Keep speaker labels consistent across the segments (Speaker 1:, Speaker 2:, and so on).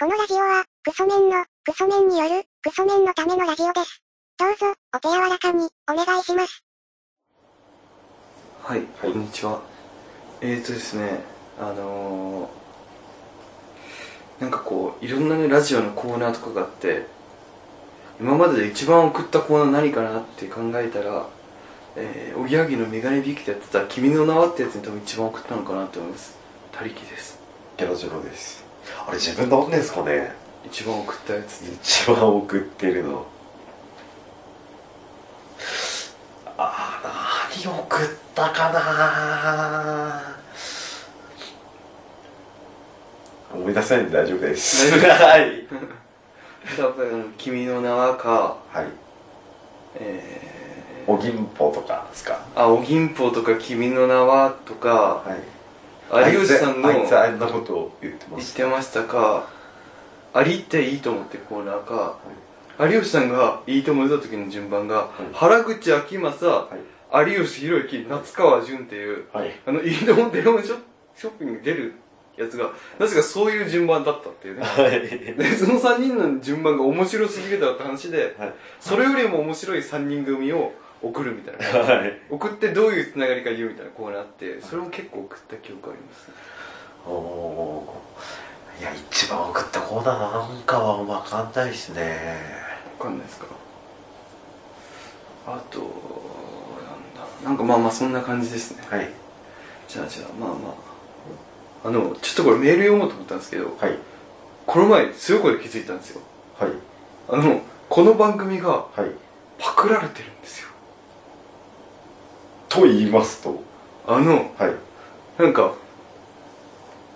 Speaker 1: このラジオは、クソメンの、クソメンによる、クソメンのためのラジオです。どうぞ、お手柔らかに、お願いします。
Speaker 2: はい、
Speaker 3: はい
Speaker 2: こんにちは。えーとですね、あのーなんかこう、いろんなね、ラジオのコーナーとかがあって、今までで一番送ったコーナー何かなって考えたら、えー、おぎやはぎのメガネ引きでやってた、君の名はってやつに多分一番送ったのかなと思います。他力です。
Speaker 3: ゲラジロです。あれ自分で持ってんすかね
Speaker 2: 一番送ったやつ。
Speaker 3: 一番送ってるの。あー、何送ったかな思い出せないんで大丈夫で す。
Speaker 2: 大丈夫
Speaker 3: はい。
Speaker 2: 多分、君の名はか、
Speaker 3: はい。
Speaker 2: えー、
Speaker 3: おぎんぽとかですか
Speaker 2: あ、おぎんぽとか君の名はとか、
Speaker 3: はい。
Speaker 2: 有吉さんの、
Speaker 3: あいつあいつあんなことを言ってま
Speaker 2: 言っ
Speaker 3: す。
Speaker 2: てましたか「ありっていいと思ってコーナーか有吉さんが「いいと思」出た時の順番が、
Speaker 3: い
Speaker 2: 原口あきまさ
Speaker 3: はい。
Speaker 2: 有吉弘行夏川淳っていう
Speaker 3: はい。
Speaker 2: あの「いいともデロンショショッピング」に出るやつがなぜかそういう順番だったっていうね
Speaker 3: はい。
Speaker 2: でその3人の順番が面白すぎるだろうって話で、
Speaker 3: はい
Speaker 2: それよりも面白い3人組を送るみたいな
Speaker 3: はい。
Speaker 2: 送ってどういうつながりか言うみたいなコーナーあってそれも結構送った記憶ありますね
Speaker 3: おおーいや一番送ったコーナーなんかは分かんないですね
Speaker 2: わかんないですかあとなんだなんかまあまあそんな感じですね
Speaker 3: はい
Speaker 2: じゃあじゃあまあまああのちょっとこれメール読もうと思ったんですけど
Speaker 3: はい
Speaker 2: この前強い声で気づいたんですよ
Speaker 3: はい
Speaker 2: あのこの番組が
Speaker 3: はい
Speaker 2: パクられてるんですよ
Speaker 3: と言いますと
Speaker 2: あの
Speaker 3: はい
Speaker 2: なんか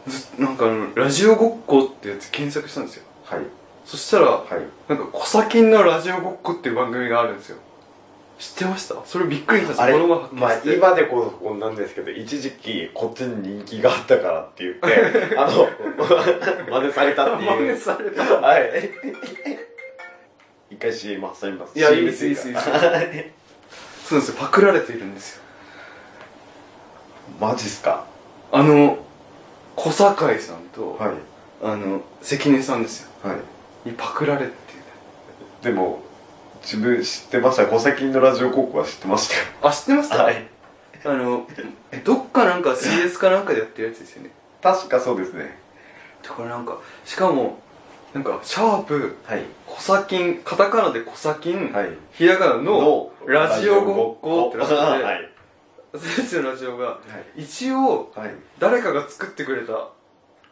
Speaker 2: ずなんかあのラジオごっこってやつ検索したんですよ
Speaker 3: はい
Speaker 2: そしたら
Speaker 3: はい
Speaker 2: なんか「コサキンのラジオごっこ」っていう番組があるんですよ知ってましたそれびっくりしたんです
Speaker 3: あれ
Speaker 2: この前発見
Speaker 3: まあ
Speaker 2: して
Speaker 3: 今でこそこんなんですけど一時期こっちに人気があったからって言って あの真似されたって
Speaker 2: 真
Speaker 3: い
Speaker 2: 似
Speaker 3: う
Speaker 2: された
Speaker 3: はい 一回 CM 挟みます
Speaker 2: いやいいですいいですいい です
Speaker 3: す
Speaker 2: そうなんですよパクられているんですよ
Speaker 3: マジっすか
Speaker 2: あの小堺さんと、
Speaker 3: はい
Speaker 2: あの関根さんですよ
Speaker 3: はい
Speaker 2: にパクられてる
Speaker 3: でも自分知ってました小崎のラジオ高校は知ってまし
Speaker 2: あ知ってましたた、
Speaker 3: よはい
Speaker 2: あのどっかなんか CS かなんかでやってるやつですよね
Speaker 3: 確かそうですね
Speaker 2: だからなんかしかもなんかシャープ
Speaker 3: はい
Speaker 2: 小先カタカナで小先、
Speaker 3: はい
Speaker 2: ひらがなのラジオごっこってなってて
Speaker 3: はいはい
Speaker 2: 先生のラジオが一応
Speaker 3: はい
Speaker 2: 誰かが作ってくれた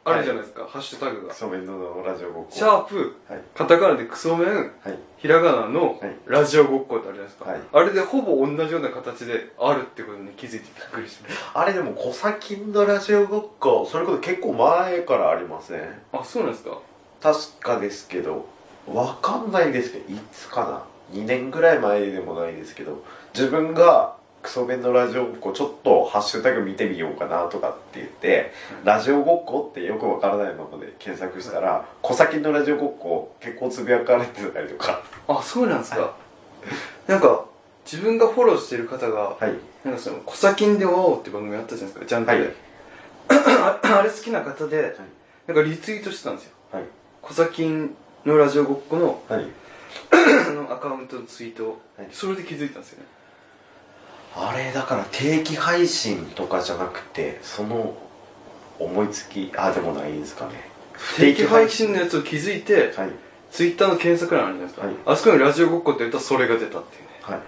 Speaker 2: あるじゃないですか、ハッシュタグが
Speaker 3: クソメンのラジオごっこ
Speaker 2: シャープ
Speaker 3: はい
Speaker 2: カタカナでクソメン
Speaker 3: はい
Speaker 2: ひらがなの
Speaker 3: はい
Speaker 2: ラジオごっこってあるじゃないですか、
Speaker 3: はい
Speaker 2: あれでほぼ同じような形であるってことに気づいてびっくりし
Speaker 3: あれでも小崎のラジオごっこそれこそ結構前からありません
Speaker 2: たあそうなんですか
Speaker 3: 確かですけどわかんないですけどいつかな2年ぐらい前でもないですけど自分がクソ弁のラジオごっこちょっとハッシュタグ見てみようかなとかって言って、
Speaker 2: うん
Speaker 3: ラジオごっこってよくわからないままで検索したら、小崎のラジオごっこ結構つぶやかれてたりとか
Speaker 2: あそうなんですか、なんか自分がフォローしてる方が
Speaker 3: はい
Speaker 2: 「なんかそのコサキンでワオ」って番組あったじゃないですかジャン
Speaker 3: はい
Speaker 2: クで、 あれ好きな方でなんかリツイートしてたんですよ
Speaker 3: はい
Speaker 2: コサキンのラジオごっこの
Speaker 3: はい
Speaker 2: あのアカウントのツイートを、
Speaker 3: はい
Speaker 2: それで気づいたんですよね
Speaker 3: あれだから定期配信とかじゃなくてその思いつきあでもないんですかね
Speaker 2: 定期配信のやつを気づいて
Speaker 3: はい
Speaker 2: ツイッターの検索欄あるじゃないですか、
Speaker 3: はい
Speaker 2: あそこにラジオごっこって言ったらそれが出たっていうね
Speaker 3: はい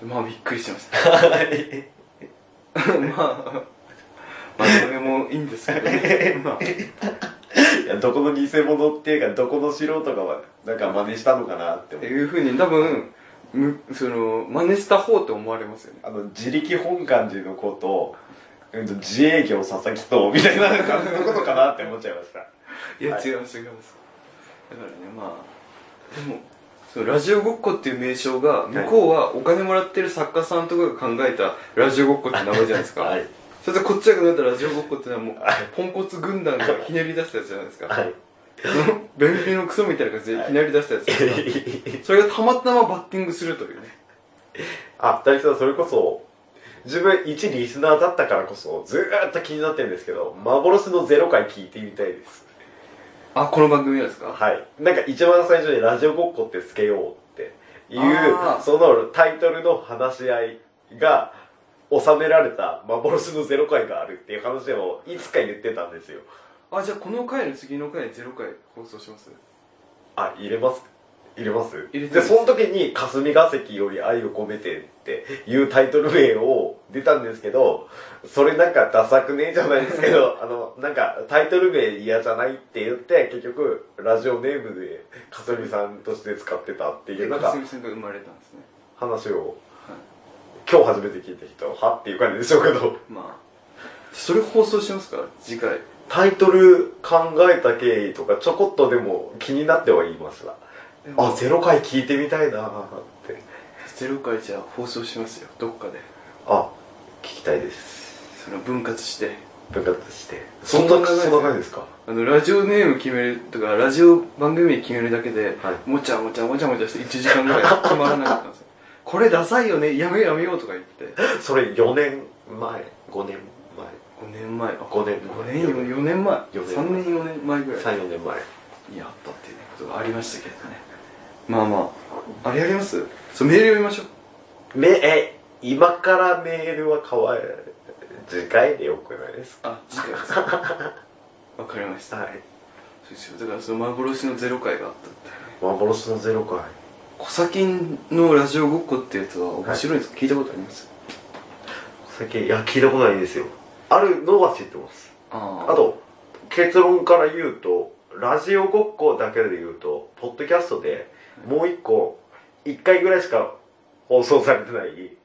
Speaker 2: でまあびっくりしました
Speaker 3: はい
Speaker 2: まあ、まあ、それもいいんですけど ね。まあ、
Speaker 3: いやどこの偽物っていうかどこの素人がわなんか真似したのかなって思う
Speaker 2: いうふうに多分、むその、真似した方って思われますよね。
Speaker 3: あの自力本願寺のことを、うんと、自営業佐々木とみたいな感じのことかなって思っちゃいました
Speaker 2: いや、
Speaker 3: はい
Speaker 2: 違います、違います。だからね、まあ、でも、そのラジオごっこっていう名称が、向こうはお金もらってる作家さんとかが考えたラジオごっこって名前じゃないですか。
Speaker 3: はい
Speaker 2: それでこっちが考えたラジオごっこってのはもう
Speaker 3: は、
Speaker 2: ポンコツ軍団がひねり出したやつじゃないですか。
Speaker 3: はい
Speaker 2: 便秘のクソみたいな感じでひねり出したやつじゃないですか。
Speaker 3: い
Speaker 2: それがたまたまバッティングするというね。
Speaker 3: あ大さんそれこそ自分一リスナーだったからこそずーっと気になってるんですけど幻のゼロ回聞いてみたいです
Speaker 2: あこの番組がですか
Speaker 3: はい。なんか一番最初にラジオごっこってつけようっていう
Speaker 2: あー、
Speaker 3: そのタイトルの話し合いが収められた幻のゼロ回があるっていう話をいつか言ってたんですよ。
Speaker 2: あじゃあこの回の次の回0回放送します
Speaker 3: あ、入れます入れます
Speaker 2: 入れて
Speaker 3: で、その時に霞が関より愛を込めてっていうタイトル名を出たんですけど、それなんかダサくねえじゃないですけ ど、あの、なんかタイトル名嫌じゃないって言って、結局ラジオネームで霞さんとして使ってたってい
Speaker 2: で
Speaker 3: う、なん
Speaker 2: か
Speaker 3: か
Speaker 2: すみさんが生まれたんですね
Speaker 3: 話を
Speaker 2: はい
Speaker 3: 今日初めて聞いた人はっていう感じでしょうけど
Speaker 2: まあそれ放送しますか次回
Speaker 3: タイトル考えた経緯とかちょこっとでも気になっては言いましたあゼロ回聞いてみたいなって
Speaker 2: 0回じゃあ放送しますよどっかで
Speaker 3: あ聞きたいです
Speaker 2: その分割して
Speaker 3: 分割して
Speaker 2: そ
Speaker 3: そ
Speaker 2: ん
Speaker 3: ん
Speaker 2: な
Speaker 3: な
Speaker 2: 考え
Speaker 3: そんな感じですか
Speaker 2: あのラジオネーム決めるとかラジオ番組決めるだけで、
Speaker 3: はい
Speaker 2: もちゃもちゃもちゃもちゃして1時間ぐらい決まらなかったんですよこれダサいよねやめようやめようとか言って
Speaker 3: それ4年前5年
Speaker 2: 5年前
Speaker 3: 5年
Speaker 2: 5年4年前
Speaker 3: 四年前
Speaker 2: 3年4年前ぐら
Speaker 3: 前
Speaker 2: い
Speaker 3: 34年前
Speaker 2: にあったっていうことがありましたけどねまあまああれやりますそうメール読みましょう
Speaker 3: めえ今からメールはかわい次回でよくないです
Speaker 2: あ次回ですか わかりました
Speaker 3: かはい
Speaker 2: そうですよだからその幻のゼロ回があったって
Speaker 3: 幻のゼロ回
Speaker 2: コサキンのラジオごっこってやつは面白いんですか、聞いたことあります
Speaker 3: 最近いや聞いたことないんですよあるのは知ってます
Speaker 2: あ
Speaker 3: あと結論から言うとラジオごっこだけで言うとポッドキャストでもう一個一回ぐらいしか放送されてない、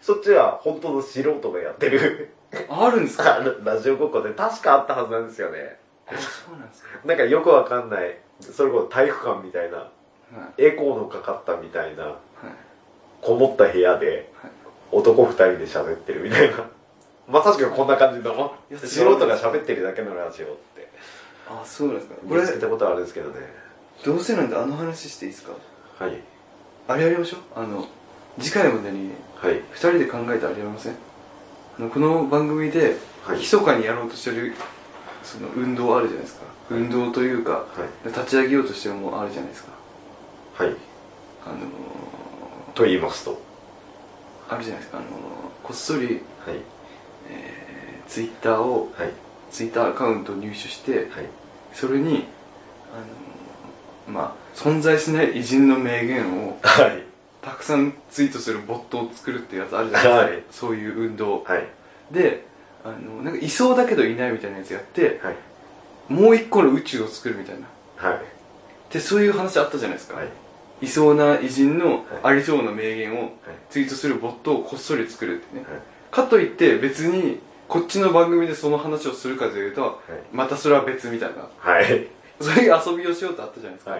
Speaker 3: そっちは本当の素人がやってる
Speaker 2: あるんですか
Speaker 3: あのラジオごっこで確かあったはずなんですよね
Speaker 2: あそうなんですか
Speaker 3: なんかよくわかんないそれこそ体育館みたいな
Speaker 2: はい
Speaker 3: エコーのかかったみたいな
Speaker 2: はい
Speaker 3: こもった部屋で
Speaker 2: はい
Speaker 3: 男二人で喋ってるみたいな まさしくこんな感じの
Speaker 2: いや
Speaker 3: 素人が喋ってるだけのラジオって
Speaker 2: あそうなんですかこ
Speaker 3: 見つけ
Speaker 2: れ
Speaker 3: たことあるんですけどね
Speaker 2: どうせなんであの話していいですか
Speaker 3: はい
Speaker 2: あれやりましょうあの次回までに
Speaker 3: はい
Speaker 2: 2人で考えてありませんあのこの番組で
Speaker 3: はい
Speaker 2: 密かにやろうとしてるその運動あるじゃないですか運動というか
Speaker 3: はい
Speaker 2: 立ち上げようとしてるものあるじゃないですか
Speaker 3: はい
Speaker 2: あのー、
Speaker 3: と言いますと
Speaker 2: あるじゃないですかあのー、こっそり、
Speaker 3: はい
Speaker 2: えー、ツイッターを
Speaker 3: はい
Speaker 2: ツイッターアカウントを入手して
Speaker 3: はい
Speaker 2: それにあのー、まあ存在しない偉人の名言を
Speaker 3: はい
Speaker 2: たくさんツイートするボットを作るっていうやつあるじゃないですか、
Speaker 3: はい
Speaker 2: そういう運動
Speaker 3: はい
Speaker 2: であのなんかいそうだけどいないみたいなやつやって
Speaker 3: はい
Speaker 2: もう一個の宇宙を作るみたいな
Speaker 3: はい
Speaker 2: でそういう話あったじゃないですか、
Speaker 3: はい
Speaker 2: いそうな偉人の
Speaker 3: はい
Speaker 2: ありそうな名言をツイートするボットをこっそり作るってね、
Speaker 3: はい
Speaker 2: かといって別にこっちの番組でその話をするかというと、またそれは別みたいな
Speaker 3: はいはい
Speaker 2: そういう遊びをしようってあったじゃないですか、
Speaker 3: は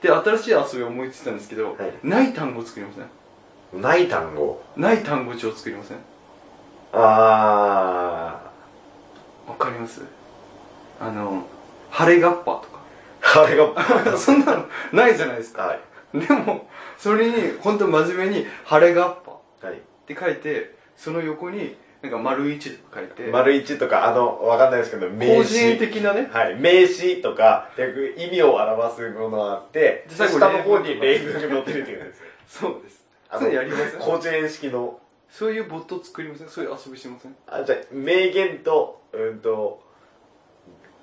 Speaker 2: で新しい遊びを思いついたんですけど、
Speaker 3: はい
Speaker 2: ない単語を作りません
Speaker 3: いない単語
Speaker 2: ない単語帳を作りません
Speaker 3: あ
Speaker 2: わかりますあの晴れがっぱと
Speaker 3: ーあれが
Speaker 2: か そんなのないじゃないですか
Speaker 3: は
Speaker 2: でもそれに本当真面目に「晴れがっぱ」っ
Speaker 3: いはい
Speaker 2: て書いてその横になんか丸一とか書いて
Speaker 3: 丸一とかあのわかんないですけど名詞
Speaker 2: 個人的なね
Speaker 3: はい、名詞とか逆意味を表すものがあって
Speaker 2: で
Speaker 3: 下
Speaker 2: 最後
Speaker 3: の方に
Speaker 2: 例
Speaker 3: 例
Speaker 2: 文
Speaker 3: 文が載ってるってい うんですよ
Speaker 2: そうです
Speaker 3: あの
Speaker 2: そういうのやりません
Speaker 3: 高知園式の
Speaker 2: そういうボット作りま せんそういう遊びしません
Speaker 3: あじゃあ名言とうんと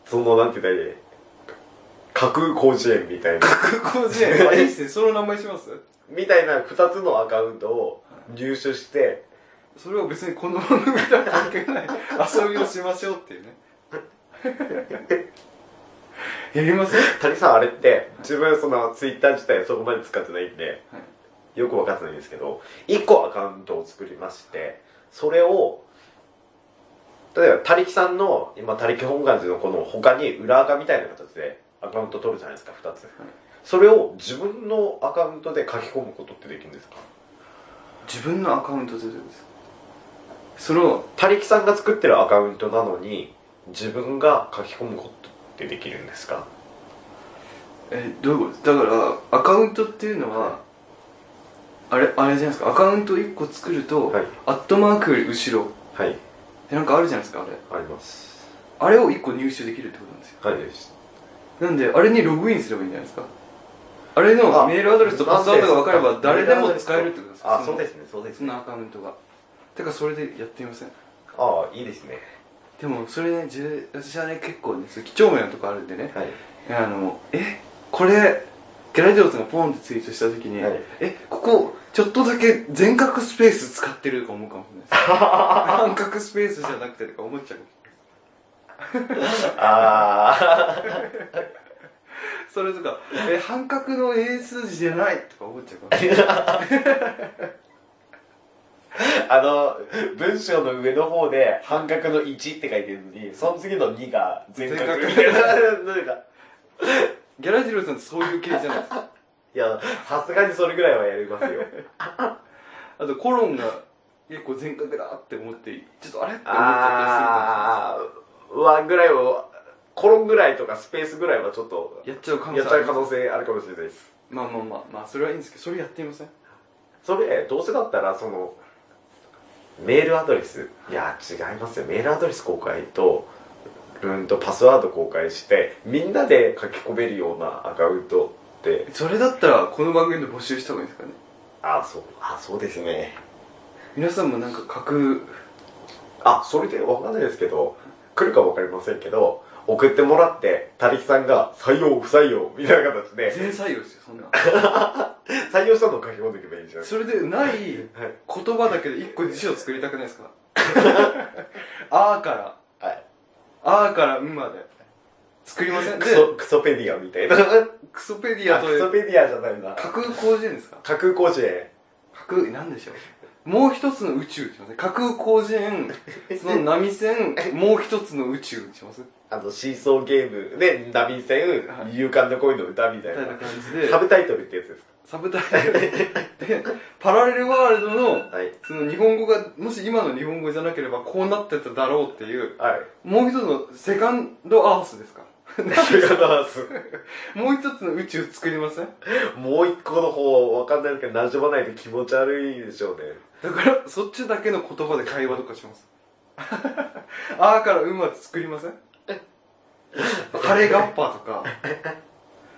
Speaker 3: そのなんて言ったらいい架空高知園みたいな
Speaker 2: 空港寺園あいいっすねその名前します
Speaker 3: みたいな2つのアカウントを入手して
Speaker 2: それは別にこの番組とは関係 ない遊びをしましょうっていうね やりません
Speaker 3: 谷さんあれって自分そのツイッター自体そこまで使ってないんで
Speaker 2: はい
Speaker 3: よく分かってないんですけど1個アカウントを作りましてそれを例えば他力さんの今他力本願寺のこの他に裏垢みたいな形でアカウント取るじゃないですか2つそれを自分のアカウントで書き込むことってできるんですか
Speaker 2: 自分のアカウントでどうですかその
Speaker 3: 他力さんが作ってるアカウントなのに自分が書き込むことってできるんですか
Speaker 2: えどういうことだからアカウントっていうのはあれあれじゃないですかアカウント1個作ると、
Speaker 3: はい
Speaker 2: アットマークより後ろ
Speaker 3: はい
Speaker 2: でなんかあるじゃないですかあれ
Speaker 3: あります
Speaker 2: あれを1個入手できるってことなんですよ
Speaker 3: はいです
Speaker 2: なんであれにログインすればいいんじゃないですかあれの
Speaker 3: あ
Speaker 2: メールアドレスとパスワードが分かれば誰でも使えるってことですか
Speaker 3: あそうですすねそうです
Speaker 2: そ
Speaker 3: ね
Speaker 2: のアカウントがてかそれでやってみません
Speaker 3: ああいいですね
Speaker 2: でもそれねじゅ私はね結構ねそういう几帳面なとこあるんでね
Speaker 3: はい
Speaker 2: あのえこれゲラジオさんがポンってツイートした時に、
Speaker 3: はい
Speaker 2: えここちょっとだけ全角スペース使ってるとか思うかもしれない です半角スペースじゃなくてとか思っちゃうかもしれ
Speaker 3: あ
Speaker 2: ないそれとかえ半角の英数字じゃないとか思っちゃうかもしれない
Speaker 3: ああの文章の上の方で半角の1って書いてるのにその次の2が全角みたいななんか
Speaker 2: ギャラジローさんってそういう系じゃないです か
Speaker 3: いやさすがにそれぐらいはやりますよ
Speaker 2: あとコロンが結構全角だって思ってちょっとあれって思っちゃった
Speaker 3: ああワンぐらいをコロンぐらいとかスペースぐらいはちょっと
Speaker 2: りするんですよやっちゃう可能性あ
Speaker 3: やっちゃ
Speaker 2: る
Speaker 3: う可能性あるかもしれないです
Speaker 2: まあまあまあまあそれはいいんですけどそれやってみません
Speaker 3: それどうせだったらそのメールアドレスいや違いますよメールアドレス公開とうんとパスワード公開してみんなで書き込めるようなアカウントって
Speaker 2: それだったらこの番組で募集した方がいいですかね
Speaker 3: あそうあそうですね
Speaker 2: 皆さんもなんか書く
Speaker 3: あそれでわかんないですけど来るかわかりませんけど送ってもらって他力さんが採用不採用みたいな形で
Speaker 2: 全採用ですよそんな
Speaker 3: 採用したのを書き込んでいけばいいじゃん
Speaker 2: それでない言
Speaker 3: はい
Speaker 2: 葉だけで一個辞書作りたくないですかあーから
Speaker 3: はい
Speaker 2: あーからうんまで作りませんで
Speaker 3: クソクソペディアみたいなあ
Speaker 2: クソペディアと
Speaker 3: ク
Speaker 2: い
Speaker 3: ソ
Speaker 2: う
Speaker 3: ペディアじゃないな
Speaker 2: 架空工事園ですか
Speaker 3: 架空工事 園
Speaker 2: 架空なんでしょうもう一つの宇宙って言います架空工事園その波線もう一つの宇宙にします
Speaker 3: あの、シーソーゲームで、ナビ戦
Speaker 2: は、い
Speaker 3: 勇敢な恋の歌みた
Speaker 2: みた
Speaker 3: い
Speaker 2: いな
Speaker 3: な。
Speaker 2: 感じで
Speaker 3: サブタイトルってやつです
Speaker 2: サブタイトルでパラレルワールドの
Speaker 3: かはい。
Speaker 2: その日本語がもし今の日本語じゃなければこうなってただろうっていう
Speaker 3: はい。
Speaker 2: もう一つのセカンドアースですか
Speaker 3: セカンドハウス。
Speaker 2: もう一つの宇宙作りません
Speaker 3: もう一個の方、わかんないけど、馴染まないと気持ち悪いでしょうね。
Speaker 2: だからそっちだけの言葉で会話とかしますあーからうまで作りませんカレーガッパーとか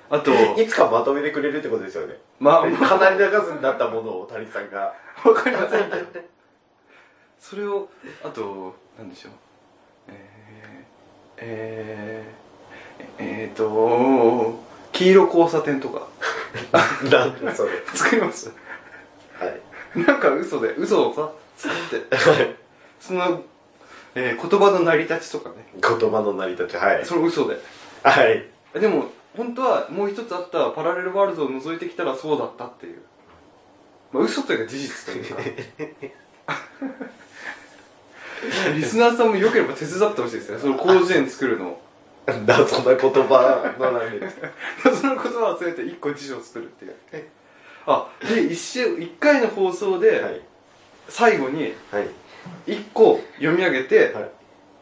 Speaker 2: あと
Speaker 3: いつかまとめてくれるってことですよね。
Speaker 2: まあま
Speaker 3: かなりな数になったものを、谷さんが。
Speaker 2: あわかりませんけどそれをあとなんでしょうえー、えー、えー、と黄色交差点とか
Speaker 3: なんだ、それ。
Speaker 2: 作ります
Speaker 3: はい。
Speaker 2: なんか嘘で嘘をさ作ってその、えー言葉の成り立ちとかね
Speaker 3: 言葉の成り立ち、はい。
Speaker 2: それ嘘で
Speaker 3: はい。
Speaker 2: でも本当はもう一つあったパラレルワールドを覗いてきたらそうだったっていうまあ嘘というか事実という かリスナーさんもよければ手伝ってほしいですねその広辞苑作るの を
Speaker 3: 謎な言葉の成り立ち。
Speaker 2: その言葉を忘れて一個辞書を作るっていうあで一週一回の放送
Speaker 3: は
Speaker 2: で
Speaker 3: い。
Speaker 2: 最後に
Speaker 3: はい。
Speaker 2: 一個読み上げて、
Speaker 3: はい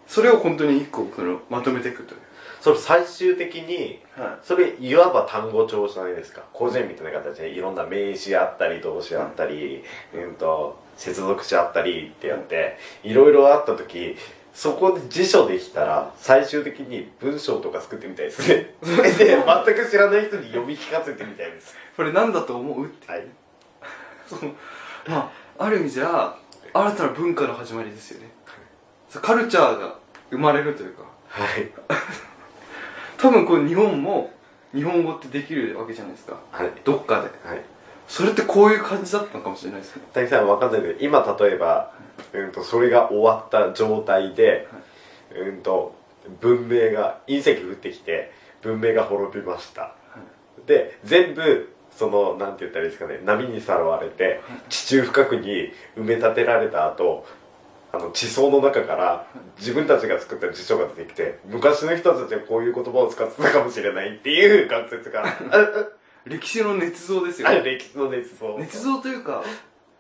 Speaker 2: それを本当に一個そのまとめていくという
Speaker 3: それ最終的に、
Speaker 2: は
Speaker 3: それいわば単語帳じゃないですか個人みたいな形でいろんな名詞あったり動詞あったり、うん、と接続詞あったりってやっていろいろあった時そこで辞書できたら最終的に文章とか作ってみたいです ねそれで全く知らない人に読み聞かせてみたいです
Speaker 2: いこれ何だと思うって、
Speaker 3: はい
Speaker 2: そのまあある意味じゃ新たな文化の始まりですよねそうカルチャーが生まれるというか
Speaker 3: はい
Speaker 2: 多分こう日本も日本語ってできるわけじゃないですか
Speaker 3: はい
Speaker 2: どっかで
Speaker 3: はい
Speaker 2: それってこういう感じだったのかもしれないですね
Speaker 3: 大木さんわかんないけど今例えば、うん、とそれが終わった状態で、うん、と文明が隕石降ってきて文明が滅びました、で全部そのなんて言ったらいいですかね波にさらわれて地中深くに埋め立てられた後あの地層の中から自分たちが作った辞書が出てきて昔の人たちはこういう言葉を使ってたかもしれないっていう学説があ
Speaker 2: 歴史の捏造ですよ
Speaker 3: あ歴史の熱想
Speaker 2: 捏造というか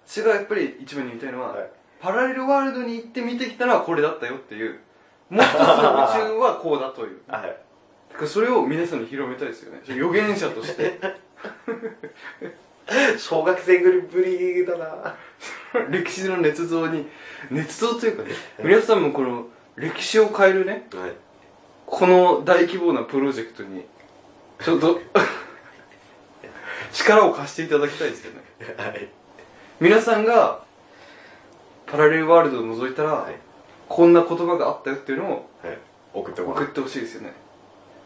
Speaker 2: 私がやっぱり一番に言いたいのは、
Speaker 3: はい
Speaker 2: パラレルワールドに行って見てきたのはこれだったよっていうもう一つの宇宙はこうだという
Speaker 3: はい
Speaker 2: だからそれを皆さんに広めたいですよね予言者として
Speaker 3: 小学生ぐりぶりだな
Speaker 2: 歴史の捏造に捏造というかね皆さんもこの歴史を変えるね
Speaker 3: はい
Speaker 2: この大規模なプロジェクトにちょっと 力を貸していただきたいですよね
Speaker 3: はい
Speaker 2: 皆さんがパラレルワールドを覗いたら、
Speaker 3: はい
Speaker 2: こんな言葉があったよっていうのを
Speaker 3: はい送ってもら
Speaker 2: 送っ
Speaker 3: う
Speaker 2: てほしいですよね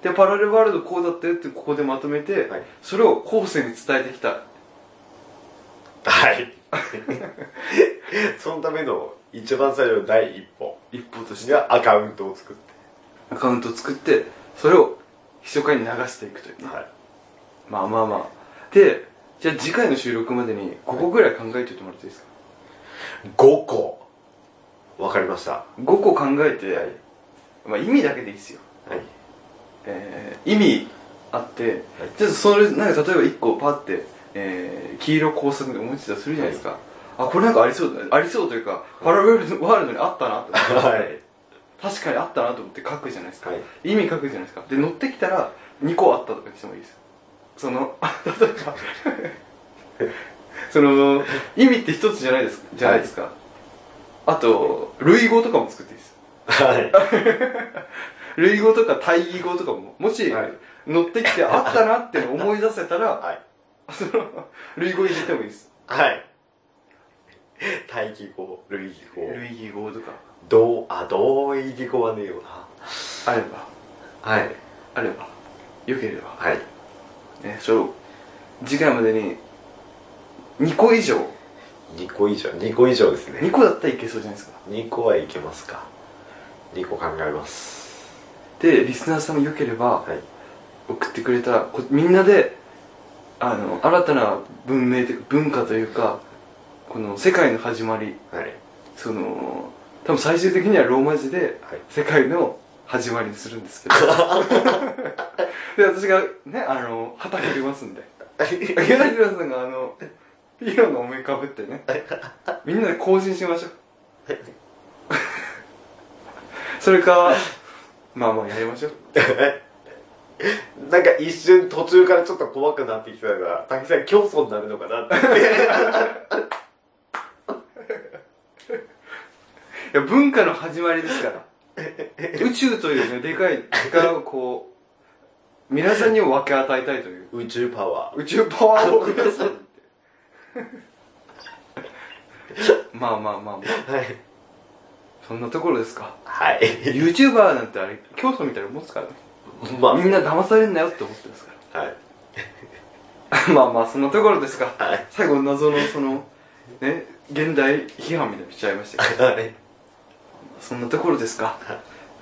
Speaker 2: でパラレルワールドこうだったよってここでまとめて、
Speaker 3: はい
Speaker 2: それを後世に伝えていきたい
Speaker 3: はいそのための一番最初の第一歩
Speaker 2: 一歩として
Speaker 3: がアカウントを作って
Speaker 2: アカウントを作ってそれを密かに流していくというね、
Speaker 3: はい
Speaker 2: まあまあまあでじゃあ次回の収録までに5個ぐらい考えておいてもらっていいですか
Speaker 3: 5個わかりましたは
Speaker 2: 5個考えて、
Speaker 3: い
Speaker 2: まあ意味だけでいいですよ
Speaker 3: はい
Speaker 2: えー意味あって、
Speaker 3: はい
Speaker 2: ちょっとそれなんか例えば1個パッて、えー黄色工作で思いついたりするじゃないですか、あこれなんかありそうだねありそうというかパラレルワールドにあったなと思って
Speaker 3: はい
Speaker 2: 確かにあったなと思って書くじゃないですか、
Speaker 3: はい
Speaker 2: 意味書くじゃないですかで乗ってきたら2個あったとかにしてもいいですその 例えばその意味って1つじゃないですかじゃないですか、あと類語とかも作っていいです
Speaker 3: はい
Speaker 2: 類語とか対義語とかももし、
Speaker 3: はい
Speaker 2: 乗ってきてあったなって思い出せたら、
Speaker 3: はい
Speaker 2: その、類語入れてもいいです。
Speaker 3: はい待機語類義語
Speaker 2: 義語とか。
Speaker 3: 同あ同意義語はねえよな
Speaker 2: あれば、
Speaker 3: はい
Speaker 2: あれば、よければ。
Speaker 3: はい
Speaker 2: ね、それを、次回までに、2個以上、
Speaker 3: 2個以上2個以上です
Speaker 2: 2
Speaker 3: ね
Speaker 2: 個だったらいけそうじゃないですか。
Speaker 3: 2個はいけますか2個考えます
Speaker 2: で、リスナーさんもよければ、
Speaker 3: はい
Speaker 2: 送ってくれたら、こみんなで、あの、新たな文明というか、文化というか、この世界の始まり、
Speaker 3: はい
Speaker 2: その、多分最終的にはローマ字で、
Speaker 3: はい
Speaker 2: 世界の始まりにするんですけどで私がねあの旗振りますんで柳田さんがあのピーロンが思い浮かぶってねみんなで更新しましょうそれかまあまあやりましょう
Speaker 3: なんか一瞬途中からちょっと怖くなってきてたから滝さん競争になるのかな って
Speaker 2: いや文化の始まりですから宇宙というねでかい力をこう皆さんにも分け与えたいという
Speaker 3: 宇宙パワ
Speaker 2: 宇宙パワーをくださいってまあまあまあまあ
Speaker 3: ーはい
Speaker 2: そんなところですか
Speaker 3: はい
Speaker 2: YouTuber なんてあれ競争みたいなもんですからね
Speaker 3: まあ
Speaker 2: みんな騙されんなよって思ってますか
Speaker 3: はい
Speaker 2: らまあまあそんなところですか
Speaker 3: はい
Speaker 2: 最後謎のそのね現代批判みたいにしちゃいましたけど
Speaker 3: はい
Speaker 2: そんなところですか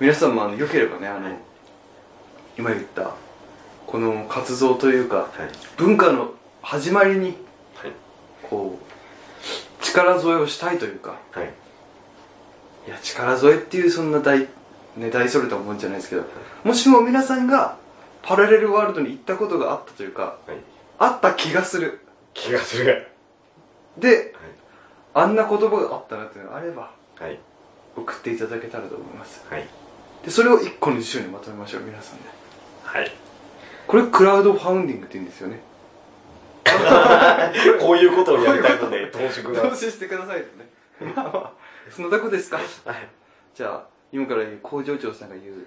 Speaker 2: 皆さんもあのよければねあの今言ったこの活動というか
Speaker 3: はい
Speaker 2: 文化の始まりに
Speaker 3: はい
Speaker 2: こう力添えをしたいというか
Speaker 3: はい
Speaker 2: いや力添えっていうそんな大,、ね、大それたもんじゃないですけどもしも皆さんがパラレルワールドに行ったことがあったというか
Speaker 3: はい
Speaker 2: あった気がする
Speaker 3: 気がする
Speaker 2: であんな言葉があったなっていうのがあれば
Speaker 3: はい
Speaker 2: 送っていただけたらと思います
Speaker 3: はい
Speaker 2: でそれを1個の辞書にまとめましょう皆さんで
Speaker 3: はい
Speaker 2: これクラウドファウンディングって言うんですよね
Speaker 3: こういうことをやりたいので当職が
Speaker 2: 投資してくださいとね まあまあそんなとこですか
Speaker 3: はい
Speaker 2: じゃあ今から言う工場長さんが言う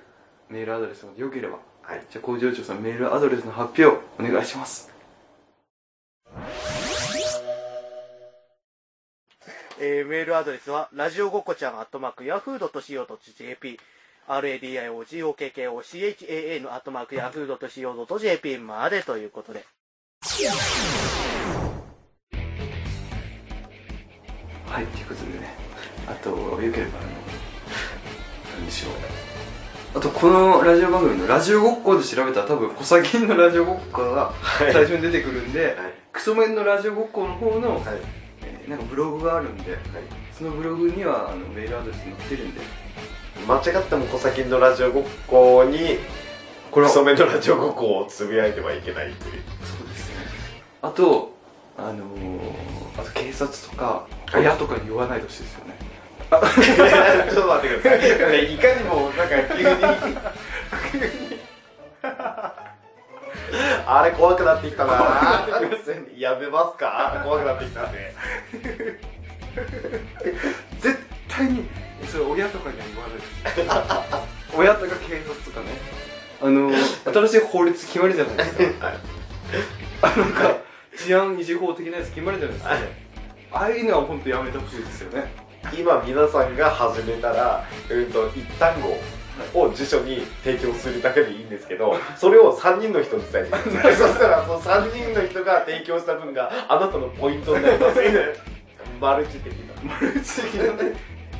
Speaker 2: メールアドレスが良ければ
Speaker 3: はい
Speaker 2: じゃあ工場長さんメールアドレスの発表お願いします
Speaker 4: えーメールアドレスは、ラジオごこちゃん、アットマーク、ヤフー .co.jp、radiogokochaa のアットマーク、ヤフー .co.jp までということで。
Speaker 2: はい、ということでね、あと、よければ、あのなんでしょう。あと、このラジオ番組のラジオごっこで調べたら、多分、小サギンのラジオごっこが
Speaker 3: い
Speaker 2: 最初に出てくるんで、
Speaker 3: はい
Speaker 2: クソメンのラジオごっこの方の、
Speaker 3: はい
Speaker 2: えーなんかブログがあるんで、そのブログにはあのメールアドレス載ってるんで、
Speaker 3: 間違っても小崎のラジオごっこに
Speaker 2: これは、
Speaker 3: ク
Speaker 2: そ
Speaker 3: ソ
Speaker 2: う
Speaker 3: メのラジオごっこをつぶやいてはいけないという
Speaker 2: ですね。あと、あのー、あと警察とか、
Speaker 3: はい
Speaker 2: 親とかに言わないでほしいですよね。
Speaker 3: ちょっと待ってくださいいかにもなんか急に あれ怖くなってきたなやめますか怖くなってきたんで
Speaker 2: 絶対に それ親とかには言わないです親とか警察とかねあの新しい法律決まるじゃないですか
Speaker 3: はい
Speaker 2: なんか治安維持法的なやつ決まるじゃないですか、ああいうのは本当やめてほしいですよね
Speaker 3: 今皆さんが始めたら、うん、と一単語を辞書に提供するだけでいいんですけどそれを3人の人に伝えてくださいそしたらその3人の人が提供した分があなたのポイントになりますよね マルチ的な
Speaker 2: マルチ的なね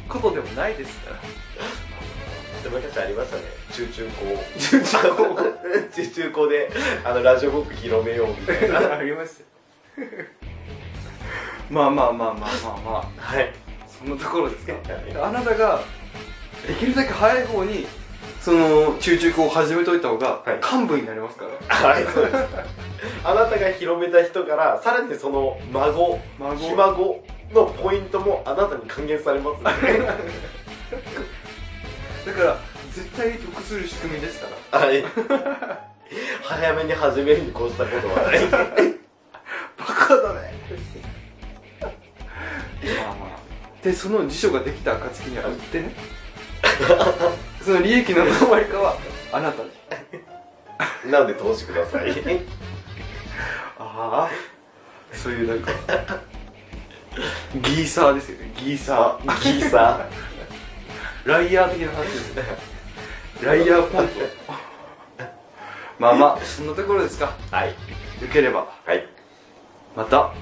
Speaker 2: ことでもないですから
Speaker 3: で昔ありましたね中中高
Speaker 2: 順調
Speaker 3: 中中高であのラジオボック広めようみたいな
Speaker 2: ありましたよまあまあまあまあまあま
Speaker 3: はい
Speaker 2: あそんなところですか あなたができるだけ早い方にその中中高を始めといた方が
Speaker 3: はい
Speaker 2: 幹部になりますから、
Speaker 3: はいそうですあなたが広めた人からさらにその孫
Speaker 2: 孫
Speaker 3: ひ孫のポイントもあなたに還元されますね
Speaker 2: だから絶対に得する仕組みですから
Speaker 3: はい早めに始めるに越したことはない
Speaker 2: バカだねまあまあ でその辞書ができた暁には売って ねその利益の何割かはあなたに
Speaker 3: なので投資ください
Speaker 2: ああそういうなんかギーサーですよねギーサ
Speaker 3: ギーさ
Speaker 2: ーライヤー的な話ですねライヤーポンプまあまあそんなところですか
Speaker 3: はい
Speaker 2: よければ
Speaker 3: はい
Speaker 2: また